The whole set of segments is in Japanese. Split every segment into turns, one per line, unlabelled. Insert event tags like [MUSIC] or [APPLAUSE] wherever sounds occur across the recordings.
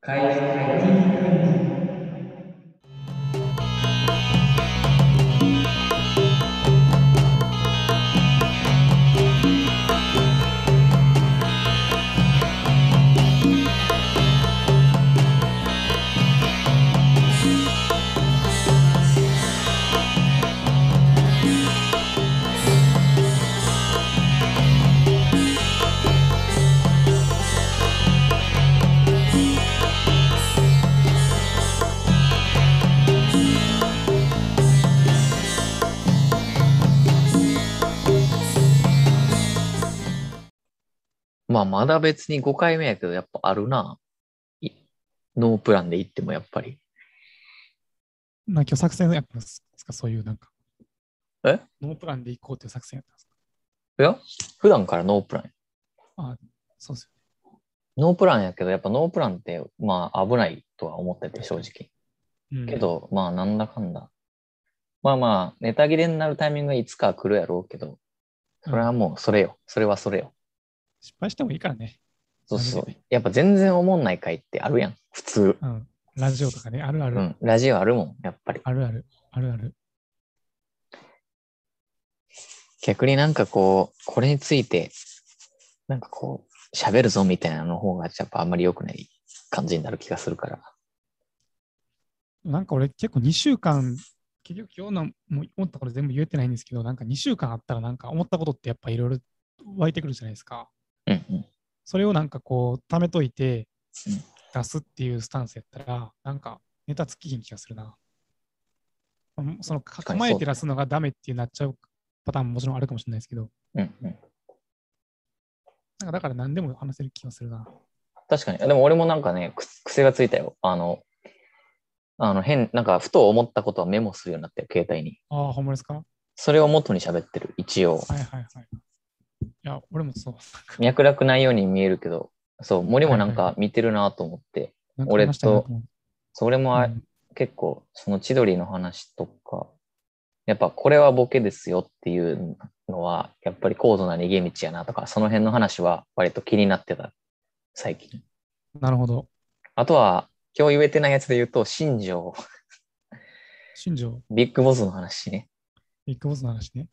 開始会議会議
まあ、まだ別に5回目やけど、やっぱあるな。いノープランで行ってもやっぱり。
まあ、今日作戦やったんですかそういうなんか。
え
ノープランで行こうっていう作戦やったんですか
いや、普段からノープラン。
そうです
ノープランやけど、やっぱノープランって、まあ危ないとは思ってて、正直。
よ、ね。
けど、まあなんだかんだ。まあまあ、ネタ切れになるタイミングはいつか来るやろうけど、それはもうそれよ。それはそれよ。
失敗してもいいからね。
そうそう
なるほど。
やっぱ全然思んない回ってあるやん、普通。
うん。ラジオとかね、あるある。
うん、ラジオあるもん、やっぱり。
あるある。あるある。
逆になんかこう、これについて、なんかこう、喋るぞみたいなの方が、やっぱあんまり良くない感じになる気がするから。
なんか俺結構2週間、結局今日のもう思ったこと全部言えてないんですけど、なんか2週間あったらなんか思ったことってやっぱいろいろ湧いてくるじゃないですか。
うんうん。
それをなんかこう、貯めといて
うん、
出すっていうスタンスやったら、なんかネタつきひん気がするな。うんその
かに
構えて出すのがダメってなっちゃうパターンももちろんあるかもしれないですけど、
うんうん、
なんかだから何でも話せる気がするな。
確かに。でも俺もなんかね、く癖がついたよ。あの、あの変、なんかふと思ったことはメモするようになったよ、携帯に。
ああ、ほんまですかは
それを元に喋ってる、一応。
いはいはい。いや、俺もそう。
脈絡ないように見えるけど、そう、森もなん
は
か見てるなと思って、
なんか
俺と
話したいな思う
それもあ、
うん
結構、その千鳥の話とか、やっぱこれはボケですよっていうのは、やっぱり高度な逃げ道やなとか、その辺の話は割と気になってた、最近。
なるほど。
あとは、今日言えてないやつで言うと、新庄、
新庄、
ビッグボスの話ね。
ビッグボスの話ね。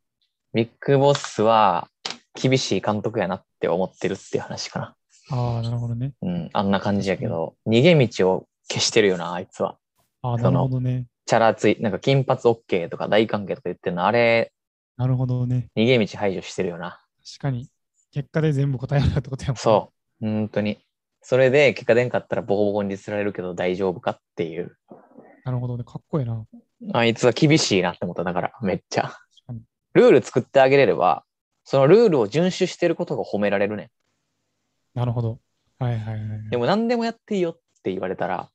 ビッグボスは厳しい監督やなって思ってるっていう話かな。
ああ、なるほどね。
うん、あんな感じやけど、逃げ道を消してるよな、あいつは。
ああ、
そ
な
の
るほどね。
チャラつい、なんか金髪 OK とか大歓迎とか言ってるの、あれ、
なるほどね。
逃げ道排除してるよな。
確かに、結果で全部答えるってことやもんね。
そう、本当に。それで結果出んかったらボコボコに釣られるけど大丈夫かっていう。
なるほどね。かっこいいな。
あいつは厳しいなって思った、だから、めっちゃ。
確かに。
ルール作ってあげれれば、そのルールを遵守してることが褒められるねん。
なるほど。はいはいはいはい。
でも何でもやっていいよって言われたら、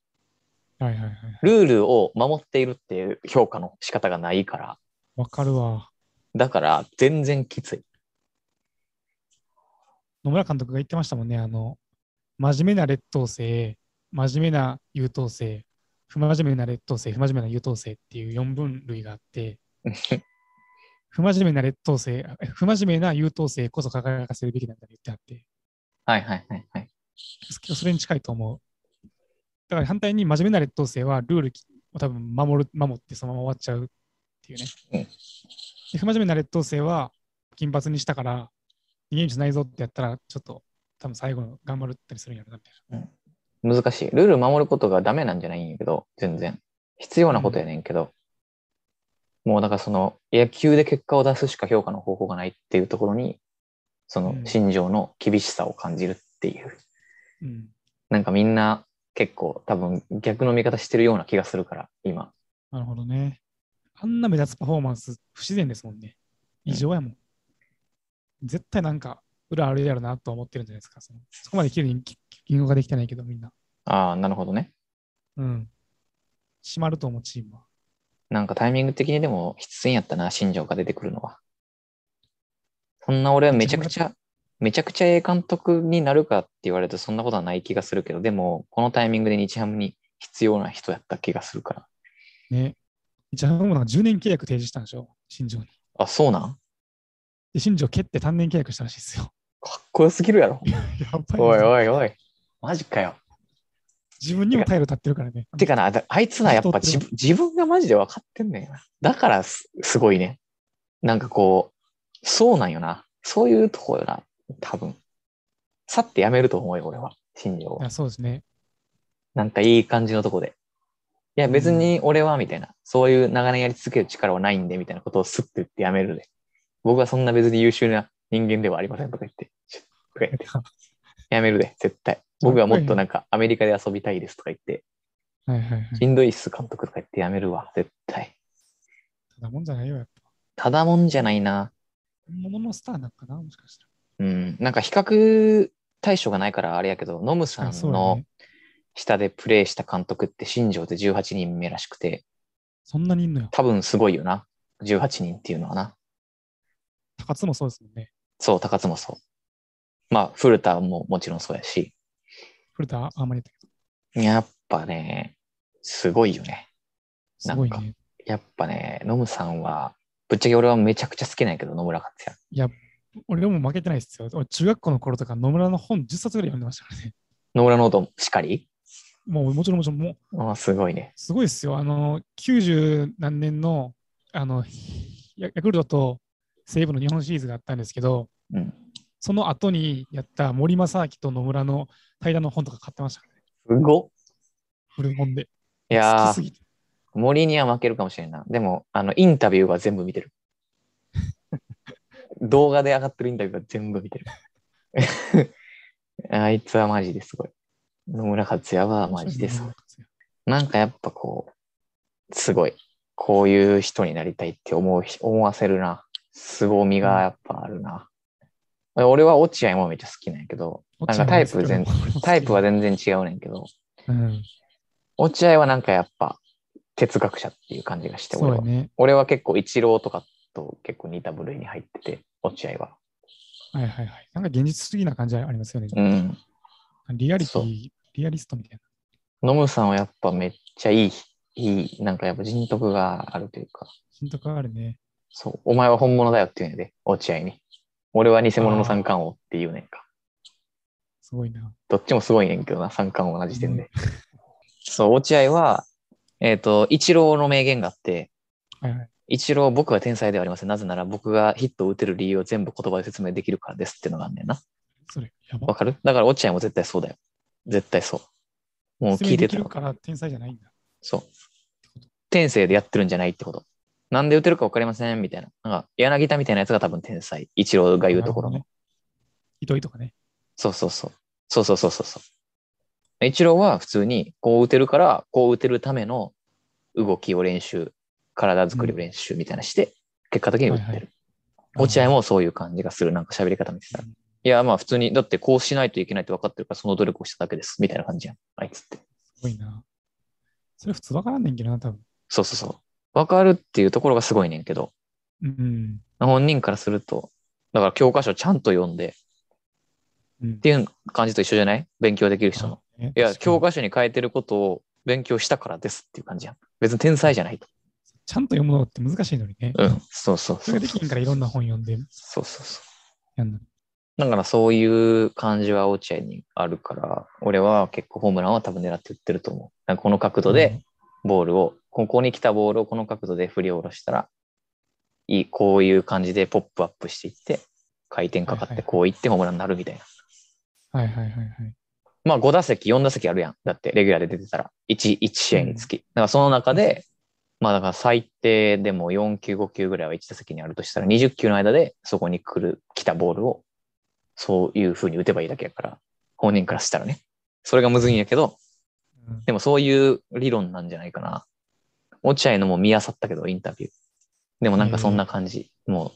はいはいはい。
ルールを守っているっていう評価の仕方がないから、
わかるわ。
だから全然きつい。
野村監督が言ってましたもんね。あの、真面目な劣等生、真面目な優等生、不真面目な劣等生、不真面目な優等生っていう4分類があって、不真面目な劣等生、あ不真面目な優等生こそ輝かせるべきなんだって言ってあって、
はいはいはいはい。
そそれに近いと思う。だから反対に真面目な劣等生はルールを多分守る守ってそのまま終わっちゃうっていうね。
うん
で不真面目な劣等生は金髪にしたから逃げ道ないぞってやったらちょっと多分最後の頑張るったりするんやろなみたい
難しい。ルール守ることがダメなんじゃないんやけど、全然。必要なことやねんけど、もうだからその野球で結果を出すしか評価の方法がないっていうところに、その
うん
心情の厳しさを感じるっていう。
な。うん。
なんかみんな結構多分逆の見方してるような気がするから、今。
なるほどね。あんな目立つパフォーマンス不自然ですもんね。異常やもん。絶対なんか裏あるやろなと思ってるんじゃないですか。そのそこまで綺麗にき言語ができてないけどみんな。
ああ、なるほどね。
うん。閉まると思うチームは。
なんかタイミング的にでも必須やったな、新庄が出てくるのは。そんな俺はめちゃくちゃ、めちゃくちゃええ監督になるかって言われるとそんなことはない気がするけど、でもこのタイミングで日ハムに必要な人やった気がするから。
ね。じゃあ、もうなんか10年契約提示したんでしょ新庄に。
あ、そうなん
で、新庄蹴って単年契約したらしいですよ。 [LAUGHS]
かっこよすぎるやろ。
やっぱり。
おいおいおい。マジかよ。
自分にもタイル立ってるからね。 [LAUGHS]
てかな、だあいつな、やっぱ自分自分がマジで分かってんねんな。だからすすごいね。なんかこう、そうなんよな。そういうとこよな、多分。さってやめると思うよ、俺は。新庄を
あそうですね。
なんかいい感じのとこで。いや、別に俺は、みたいな。そういう長年やり続ける力はないんで、みたいなことをスッと言ってやめるで。僕はそんな別に優秀な人間ではありませんとか言って。シュッとか言ってやめるで、絶対。僕はもっとなんかアメリカで遊びたいですとか言って、
はいはいはい。
しんどいっす監督とか言ってやめるわ、絶対。
ただもんじゃないよ、やっぱ。
ただもんじゃないな。
本物のスターなんかな、もしかした
うん。なんか比較対象がないからあれやけど、ノム
ら。
さ
あそ
ん
うだ
の
ね。
下でプレイした監督って新庄で18人目らしくて、
そんなにいんのよ。
多分すごいよな。18人っていうのはな。
高津もそうですもんね。
そう、高津もそう。まあ、古田ももちろんそうやし、
古田、あんまりやったけど。
やっぱね、すごいよね。
すごい
なん
ね。
やっぱね、ノムさんは、ぶっちゃけ俺はめちゃくちゃ好きなんやけど、野村克也。
俺も負けてないですよ。俺中学校の頃とか野村の本10冊ぐらい読んでましたからね。
野村ノートしかり
もうもちろんもちろん、もう
ああすごいね。
すごいですよ。あの、90何年の、あの、ヤヤクルトと西武の日本シリーズがあったんですけど、
うん。
その後にやった森正明と野村の対談の本とか買ってましたからね。
すご
古本で。
い
好
や
きす
ー、
ぎて。
森には負けるかもしれんない。でも、あの、インタビューは全部見てる。動画で上がってるインタビューは全部見てる。 [LAUGHS] あいつはマジですごい。野村克也はマジですごい。なんかやっぱこう、すごい。こういう人になりたいって思うひ、思わせるな。凄みがやっぱあるな。俺は落合もめっちゃ好きなんやけど、なんかタイプ全タイプは全然違うねんけど、
うん、
落合はなんかやっぱ哲学者っていう感じがして、
そう
俺
や
は。
ね。
俺は結構一郎とかと結構似た部類に入ってて、落合は。
はいはいはい。なんか現実的な感じありますよね。
うん。
リアリテ
そう
ィ、リアリストみたい
ノムさんはやっぱめっちゃいい、いい、なんかやっぱ人徳があるというか、
な。人格あるね。
そう、お前は本物だよって言うんやで、落合に。俺は偽物の三冠王って言うねんか。
すごいな。
どっちもすごいねんけどな、三冠王同じ点で。そう、落合は、えっ、と、一郎の名言があって、
はいはい。
一郎、僕は天才ではありません。なぜなら僕がヒットを打てる理由を全部言葉で説明できるからですっていうのがあんねんな。
それ、やば
わ。かるだから落合も絶対そうだよ。絶対そう。もう聞いてた
説明できるから天才じゃないんだ。
そう。天性でやってるんじゃないってこと。なんで打てるか分かりませんみたいな。なんか、柳田みたいなやつが多分天才。一郎が言うところの
なるほどね。糸井とかね。
そうそうそう。そうそうそうそうそう。イチローは普通にこう打てるから、こう打てるための動きを練習、体作りを練習みたいなして、結果的に打って
はいは
る。落合もそういう感じがする、なんか喋り方見てたら。いや、まあ普通に、だってこうしないといけないって分かってるから、その努力をしただけです、みたいな感じやん。あいつって。
すごいな。それ普通わからんねんけどな、多分。
そうそうそう。分かるっていうところがすごいねんけど、
うん。
本人からすると、だから教科書ちゃんと読んで、
うん
っていう感じと一緒じゃない勉強できる人の。
ね
いや、
確かに
教科書に書いてることを勉強したからですっていう感じやん。別に天才じゃないと。
ちゃんと読むのって難しいのにね。
うん。そうそう
そ
そ
れ
う。
ができんからいろんな本読んで
そうそうそ
やんの。
う。だからそういう感じは落合にあるから、俺は結構ホームランは多分狙って打ってると思う。なんかこの角度でボールを、ここに来たボールをこの角度で振り下ろしたら、いい、こういう感じでポップアップしていって、回転かか
はい
っ
は
て
い
こういってホームランになるみたいな。
うん。はいはいはいはい。
まあ5打席、4打席あるやん。だって、レギュラーで出てたら、1、1試合につき。だからその中で、まあだから最低でも4球、5球ぐらいは1打席にあるとしたら、20球の間でそこに来る、来たボールを、そういう風に打てばいいだけやから、本人からしたらね。それがむずいんやけど、
うん
でもそういう理論なんじゃないかな。落合のも見あさったけど、インタビュー。でもなんかそんな感じ。もう、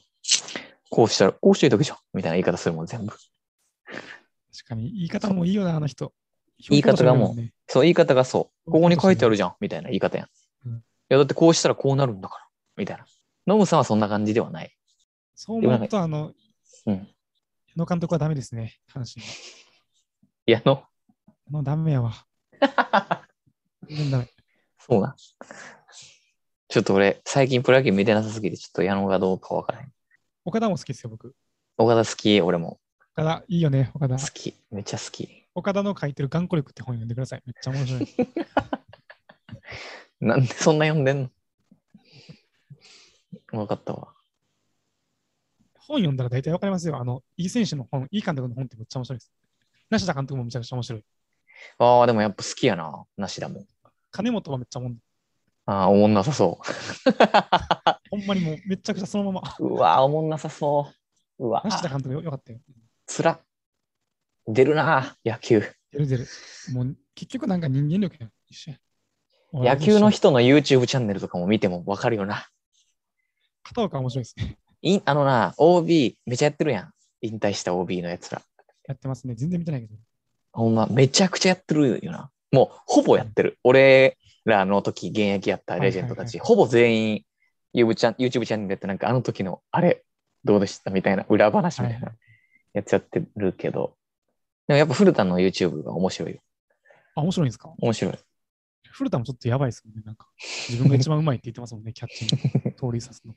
こうしたら、こうしてるだけじゃん。みたいな言い方するもん、全部。
確かに、言い方もいいよな、あの人。
言い方がもう
ね
そう、言い方がそう。ここに書いてあるじゃん、みたいな言い方やん。
うん
いや、だってこうしたらこうなるんだから、みたいな。ノムさんはそんな感じではない。
そう思うと、あの、
うん。
矢野監督はダメですね、阪神。
いや、の、
もうダメやわ。全然ダメ。
そうなん。ちょっと俺、最近プロ野球見てなさすぎて、ちょっと矢野がどうかわからへん。
岡田も好きですよ、僕。
岡田好き、俺も
岡田、いいよね、岡田。
好き。めっちゃ好き。
岡田の書いてる眼光力って本読んでください。めっちゃ面白い。
なんでそんな読んでんのわかったわ。
本読んだら大体わかりますよ。あの、いい選手の本、いい監督の本ってめっちゃ面白いです。梨田監督もめちゃくちゃ面白い。
ああ、でもやっぱ好きやな、梨田も。
金本はめっちゃおもん
ああ、おもんなさそ
ほんまにもうめちゃくちゃその
[LAUGHS]
まま。
う。うわー、おもんなさそう。うわ
梨田監督よよかったよ。
つら。出るな、野球。
出る出る。もう結局なんか人間力やん一緒や
野球の。人の YouTube チャンネルとかも見てもわかるよな。
片岡は面白いですね。
いんあのな、OB、めちゃやってるやん。引退した OB のやつら。
やってますね。全然見てないけど。
ほんま、めちゃくちゃやってるよな。もう、ほぼやってる。俺らの時、現役やったレジェンドたち、ほぼ全員 YouTube チャン、YouTube チャンネルやって、なんかあの時の、あれ、どうでしたみたいな、裏話みたい
はいは
なやつやってるけど。でもやっぱ古田の YouTube が面白いよ。
あ、面白いんですか
面白い。
古田もちょっとやばいですもんね。なんか、自分が一番うまいって言ってますもんね、キャッチング、盗塁
[LAUGHS]
さすの。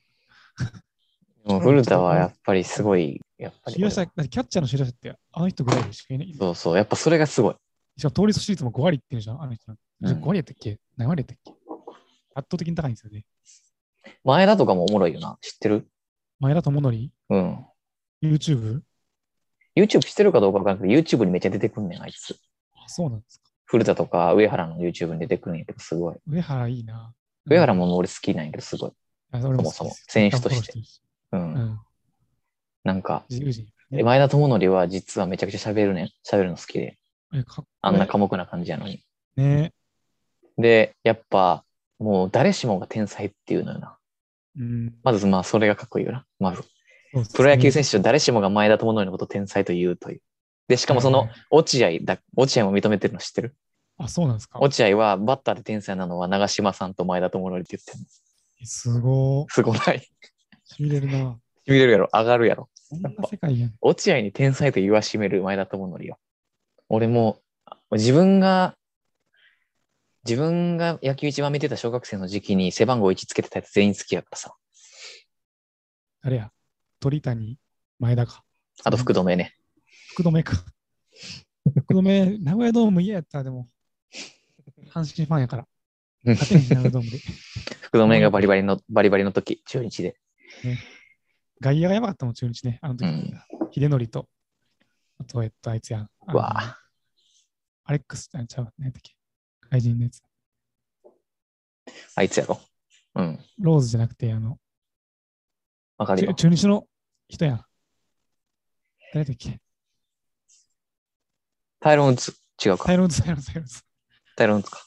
でも古田はやっぱりすごい、やっぱり
平下、だってキャッチャーの平下って、あの人ぐらいしかいない。しか
そうそう、やっぱそれがすごい。
も盗塁率率も5割いってるじゃん、あの人なんて。
うん
5割やったっけ何割やったっけ圧倒的に高いんですよね。
前田とかもおもろいよな。知ってる
前田智則、
うん。
YouTube?
YouTube してるかどうかわからんけど、YouTube にめっちゃ出てくんねん、あいつ。
あそうなんですか。
古田とか上原の YouTube に出てくるんやけど、すごい。
上原いいな。
上原も俺好きなんやけど、すごい。
あ俺も好きです
そもそも選手として。う。
うんん。
なんか、
自由人、ね。
前田智則は実はめちゃくちゃ喋るねん。喋るの好きで。
えかっこいい
あんな寡黙な感じやのに。
ね
で、やっぱ、もう誰しもが天才っていうのよな。
うん。
まず、まあ、それがかっこいいよな。まず、
そうですね
プロ野球選手は誰しもが前田智則のことを天才と言うという。で、しかもそ
はい
の
はい
落合だ、落合も認めてるの知ってる
あ、そうなんですか。
落合はバッターで天才なのは長嶋さんと前田智則って言ってるの。
すご
すごない。
い。しびれるな。
しびれるやろ、上がるやろ。
こんな世界やん。
落合に天才と言わしめる前田智則よ。俺も自分が自分が野球一番見てた小学生の時期に背番号1つけてたやつ全員好きやからさ。
あれや。鳥谷、前田か。
あと福留ね。
福留か。福留、名古屋ドーム嫌やったらでも。阪神ファンや
[LAUGHS]
から。
うん
勝てんし、名古屋ドームで。
福留がバリバリのバリバリの時、中日で。
外野がやばかったもん、中日ね。あの時。
うん
秀則と。あと、えっと、あいつやん。あの
わあ。
アレックスあちゃうわ。何やったっけ。外人のやつ。
あいつやろ。うん。
ローズじゃなくて、あの、
わかる
中
よ。
中日の人やん。誰だっけ
タイロン打つ。違う
タ
か。
イロンズ、タイロンズ、タイロンズ。
タイロン打つか。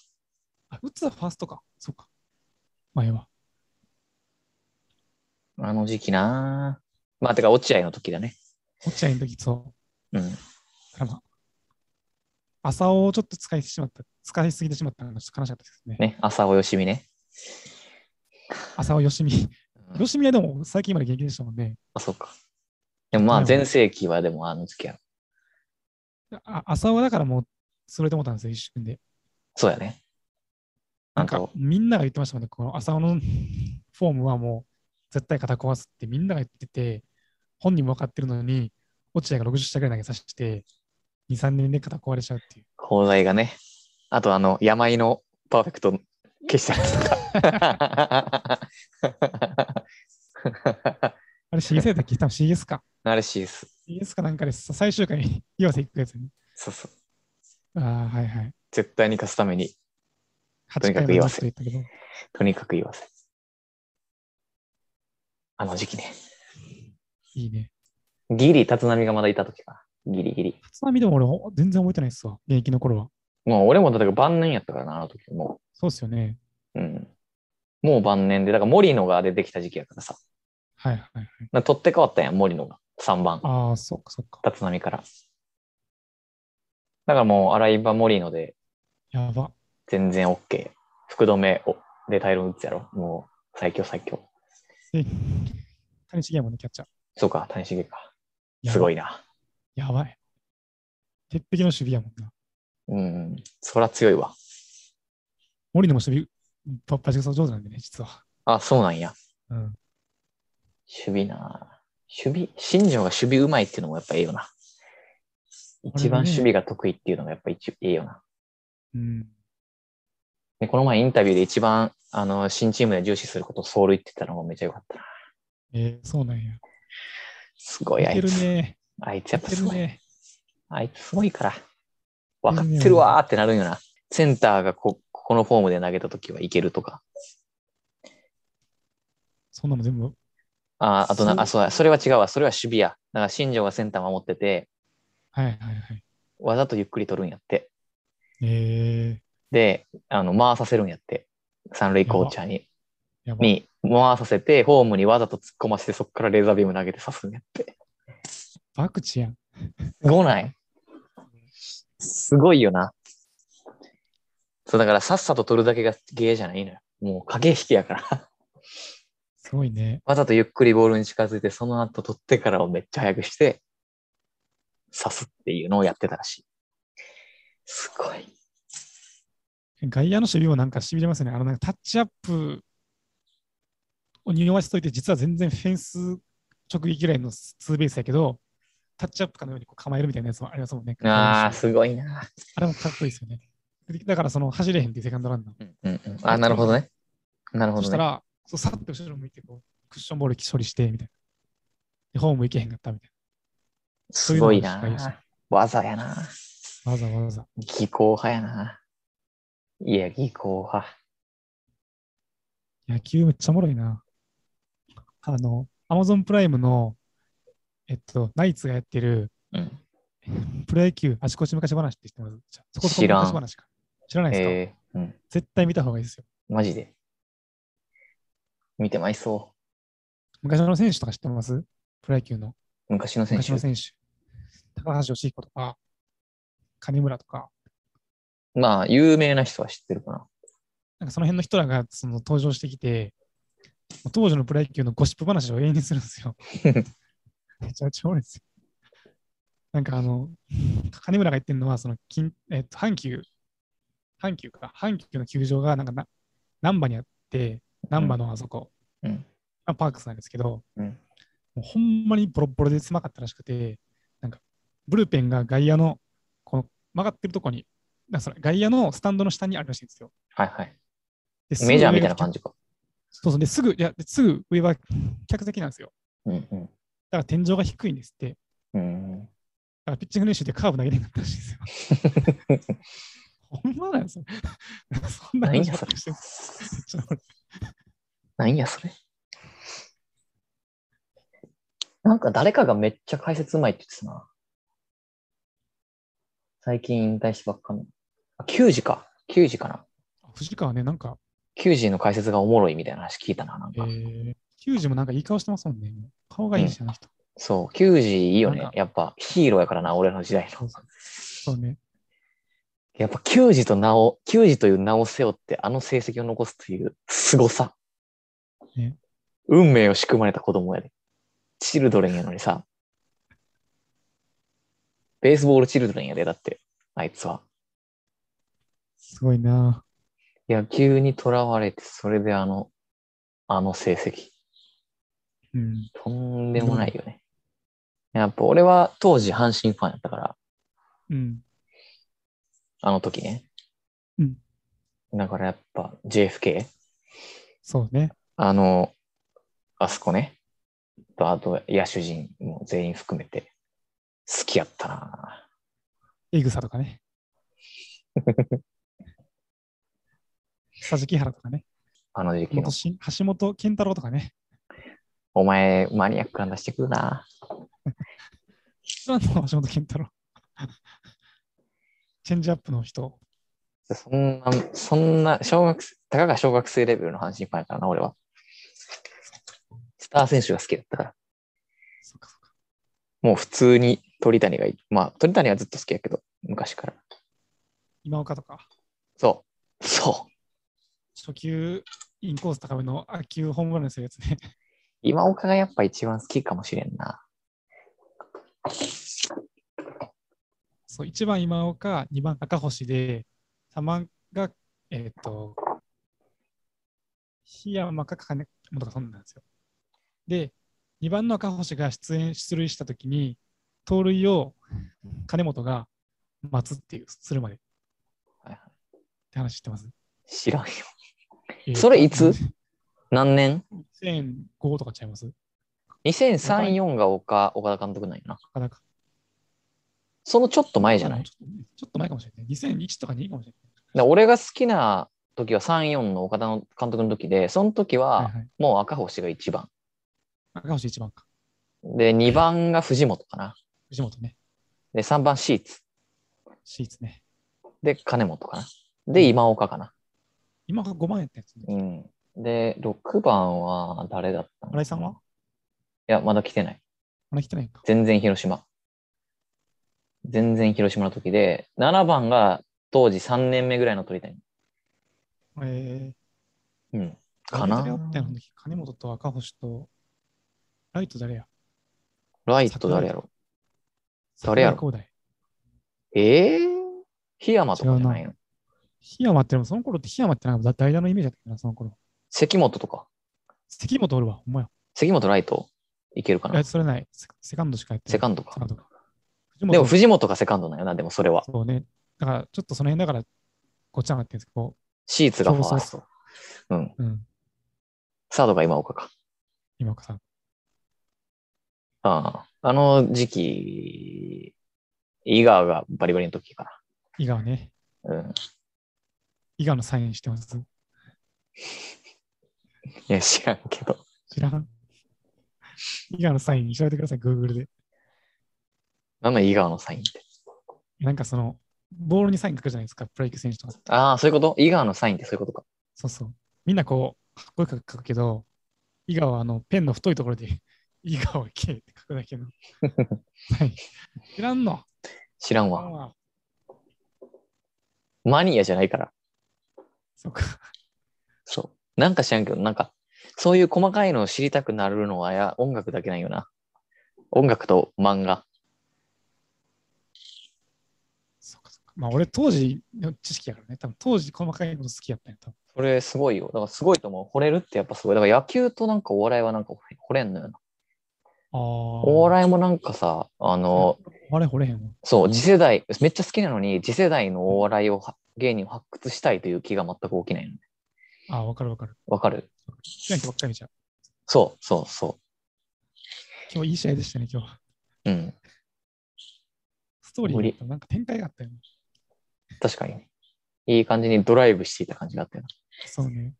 あ、打つはファーストか。そうか。前は。
あの時期なぁまあ、てか落合の時だね。
落合の時、そう。
うん。
だからまあ、朝をちょっと使いしまった、使いすぎてしまったのがちょっと悲しかったですね。
ね。浅尾よしみね。
朝をよしみ。
うん
よしみはでも最近まで元気でしたもんね。
あ、そうか。でもまあ、
でも
全盛期はでもあの時や。
あ朝はだからもう、それと思ったんですよ、一瞬で。
そうやね。な
なんん
か
か、みんなが言ってましたもんね。この朝の [LAUGHS] フォームはもう、絶対肩壊すってみんなが言ってて、本人も分かってるのに、落合が60社ぐらい投げさせて、2、3年で肩壊れちゃうっていう。
砲台がね。あとあの、山井のパーフェクト消したやつとか。 [LAUGHS]
あれ CS だっけ多分 CS か。
あれしいっす。
CS かなんかです。最終回に [LAUGHS] 岩瀬行くやつに。
そうそう。
ああ、はいはい。
絶対に勝つために、と
8
にかく
回まで
言わ
言っ
せ
たけど。
とにかく言わせ。あの時期ね。
いいね。
ギリ、立浪がまだいた時かな。ギリギリ。
立浪でも俺ほ、全然覚えてないっすわ。現役の頃は。
もう俺もだから晩年やったからな、あの時も
そうっすよね。
う。うん。もう晩年で、だから森野が出てきた時期やからさ。だか
はいはいはい。
ら取って変わったやん、森野が。3番。
ああ、そっかそっか。
立浪から。だからもう、洗い場森野で
やば。
全然 OK。福留をで大量打つやろ。もう、最強最強。
で、谷繁もね、キャッチャー。
そうか、谷繁か。
やば
すごいな。
やばい。鉄壁の守備やもんな。
うん。そら強いわ。
森野も守備、ババチクソ上手なんでね、実は。
あ、そうなんや。
うん。
守備な。守備、新庄が守備うまいっていうのもやっぱええよな。一番守備が得意っていうのがやっぱ一いいよな。
うん。
で、この前インタビューで一番、あの、新チームで重視することを走塁って言ってたのもめっちゃ良かったな。
えー、そうなんや。
すごい、
似
あ
て
い
る
つ。
ね。
あいつや
似
っぱ
て
す
る
ごい。
ね。
あいつすごいから。分かってるわーってなるんよな。センターがこここのフォームで投げたときはいけるとか。
そんなの全部。
あーあと
そう
な、あ、そうやそれは違うわ。それは守備や。だから新庄がセンター守ってて、
はいはいはい。
わざとゆっくり取るんやって。
え
で、あの、回させるんやって。三塁コーチャーに。
ー、やば。
に回させて、ホームにわざと突っ込ませて、そこからレーザービーム投げて刺すんやって。
バクチやん。
すごないすごいよな。そう、だからさっさと取るだけが芸じゃないのよ。もう駆け引きやから。
すごいね。
わざとゆっくりボールに近づいて、その後取ってからをめっちゃ早くして、刺すっていうのをやってたらしい。すごい。
外野の守備もなんかしびれますよね。あの、なんかタッチアップを匂わせといて、実は全然フェンス直撃ぐらいのツーベースやけど、タッチアップかのようにこう構えるみたいなやつもありますもんね。
ああ、すごいな。
あれもかっこいいですよね。でだからその走れへんっていうセカンドランナー。
うんうんうん。あーなるほどね。なるほ
そし
ど
た
ね。
ら、そうさっと後ろ向いてこう、クッションボール処理してみたいな。でホーム行けへんかったみたい
すごい
そういうのが失敗
な。技やな。
な。わざわざ。
技巧派やな。いや、技巧派。
野球めっちゃおもろいな。あの、アマゾンプライムの、えっと、ナイツがやってる、
うん。
プロ野球足腰昔話って知ってますじゃあそこそこ
知らん
昔話か。知らないですか、
えー、うん。
絶対見た方がいいですよ。
マジで。見てまいそ
昔の選手とか知ってますプロ野球の
う。昔の選
昔
手
の。選手。高橋義彦とか、金村とか、
まあ、有名な人は知ってるかな。
なんかその辺の人らがその登場してきて、もう当時のプロ野球のゴシップ話を永遠にするん
[LAUGHS]
ですよ。めちゃめちゃおもろいですよ。なんかあの、金村が言ってるのは、その近、えっと、阪急、阪急か、阪急の球場がなんかな、難波にあって、難波のあそこ、
うん
まあパークスなんですけど、
うん
もうほんまにボロボロで狭かったらしくて、なんか、ブルペンが外野の、この曲がってるとこに、なんかその外野のスタンドの下にあるらしいんですよ。
はいはい。
で
メジャーみたいな感
じ。
じか。
そうそう、ですぐ、いや、ですぐ上は客席なんですよ。
うんうん。
だから天井が低いんですって。
うん。
だからピッチング練習でカーブ投げれなかったらしいですよ。
[LAUGHS]
ほんまなんですよ。 [LAUGHS] そんな
何
話
や
ばっ
そ [LAUGHS]
か
れ
りしてるちょっと待って
なんやそれ。なんか誰かがめっちゃ解説うまいって言ってたな。最近引退したばっかの。あ、球児か。球児かな。
あ藤川ね、なんか、
球児の解説がおもろいみたいな話聞いたな。なん
え
か。
ー、球児もなんかいい顔してますもんね。顔がいいし、あの人。
そう、球児いいよ
な
ね
ん。か
やっぱヒーローやからな、俺の時代
そ
の
う。そうそうね。
やっぱ球児と名を、球児という名を背負ってあの成績を残すという凄さ。
ね
運命を仕組まれた子供やで。チルドレンやのにさ。ベースボールチルドレンやで、だって、あいつは。
すごいな。
野球にとらわれて、それであの、あの成績。
うん。
とんでもないよね。やっぱ俺は当時阪神ファンやったから、
うん。
あの時ね。
うん
だからやっぱ JFK?
そうね。
あの、あそこね。と、あと、野手陣も全員含めて、好きやったな。
エグサと
[LAUGHS]
かね。佐々木原とかね。
あの時期の
元。新橋本健太郎とかね。
お前、マニアックなん出してくるな。
一番の橋本健太郎。チェンジアップの人。
そんな、そんな、小学生、たかが小学生レベルの阪神ファンやからな、俺は。スター選手が好きだったから。
そっかそっか。
もう普通に鳥谷がいい。まあ、鳥谷はずっと好きやけど、昔から。
今岡とか。
そう。そう。
初球インコース高めの悪球ホームランにするやつね。 [LAUGHS]
今岡がやっぱ一番好きかもしれんな。
そう、1番今岡、2番赤星で、3番が、えっ、と、檜山か金本かそんなんですよ。で、2番の赤星が出演出塁したときに、盗塁を金本が待つっていう、するまでっ
はいはい
て話してます。
知らんよ。
えー
それいつ何年
?2005 とかちゃいます
2003、4が岡岡田監督なんやな。
なかなか。
そのちょっと前じゃない
ちょっとちょっと前かもしれない。2001とか2かもしれ
だから俺が好きな時は3、4の岡田の監督の時で、その時
ない。
は
はいはい。
もう赤星が1番。
赤星一番か。
で、2番が藤本かな。
藤本ね。
で、3番シーツ。
シーツね。
で、金本かな。で、今岡かな。
今が5万円ってやつ、ね。
うん。で、6番は誰だったの
新井さんはい
や、まだ来てない。
まだ来てないんか。
全然広島。全然広島の時で、7番が当時3年目ぐらいの鳥谷。
え
うん。
ー、
かな
誰だったの時金本と赤星と、ライト誰や
ライト誰やろ誰やろ
桜井光
ええー、檜山とかじゃないの
大檜山ってでも、その頃って檜山ってなんか代打のイメージだったな、その頃。
関本とか。
関本おるわ、お前や。
関本ライトいけるか
いや
な
それない。セセカンドしかやってない。
セカンド
セカ
か
ン。ドか。藤本
でも藤本がセカンドなんよな、でもそれは。
そうね。だから、ちょっとその辺だから、ごっちゃになってるんですけど、
シーツがファ
そ
ー
うそう
ス
そ
ト。うん。
うん、
サードが今岡か。
今岡さん。
ああ。あの時期、井川がバリバリの時か
伊賀ね。
な。うん。
伊賀のサインしてます。
いや、知らんけど。
知らん。伊賀のサイン調べてください、Google で。
なんだ井川のサインって。
なんかその、ボールにサイン書くじゃないですか、プロ野球選手とか。
ああ、そういうこと井川のサインってそういうことか。
そうそう。みんなこう、かっこよく書くけど、伊賀はあのペンの太いところで、伊賀を K って書くだけの。はい。知らんの。
知らん
知ら
わ
ん。わ
マニアじゃないから。
そうか。
そう。なんか知らんけど、なんか、そういう細かいのを知りたくなるのはや音楽だけなんよな。音楽と漫画。
そうかそうかまあ、俺、当時の知識やからね。多分当時、細かいこと好きやったんや。多分
それすごいよ。だからすごいと思う。惚れるってやっぱすごい。だから野球となんかお笑いはなんか惚れんのよな。
ああ。
お
お
笑いもなんかさ、あの、
笑い掘れへんわ。
そう、次世代、めっちゃ好きなのに、次世代のお笑いをは芸人を発掘したいという気が全く起きないのね。
ああ、わかるわかる。
わかる
知らん人ばっかりじゃん。
そうそうそ
今日いい試合でしたね、今日は。
う。うん。
ストーリ
無理
ーがなんか展開があったよね。
確かにね。いい感じにドライブしていた感じがあったよな。
そうね。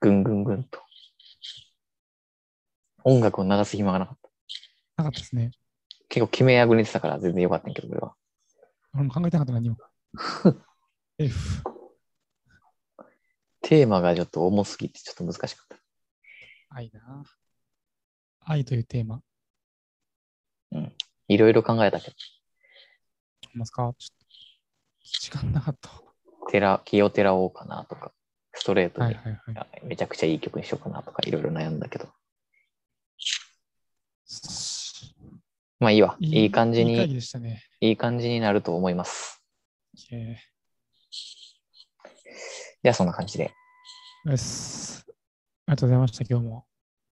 ぐんぐんぐんと。音楽を流す暇がなかった。
なかったですね。
結構決めあぐねてたから全然よかったんやけど、これは。
俺も考えたかった
[LAUGHS]
何も。F。
テーマがちょっと重すぎてちょっと難しかった。
愛な。愛というテーマ。
いろいろ考えたけど。
いますかちょっと時間なかった。
寺、清寺王かなとか、ストレート
はい
で
はいはい。
めちゃくちゃいい曲にしようかなとか、いろいろ悩んだけど。まあいいわ。いい感じ
いい会
に、
議でしたね。
いい感じになると思います。
えー
ではそんな感じで。
です。ありがとうございました、今日も。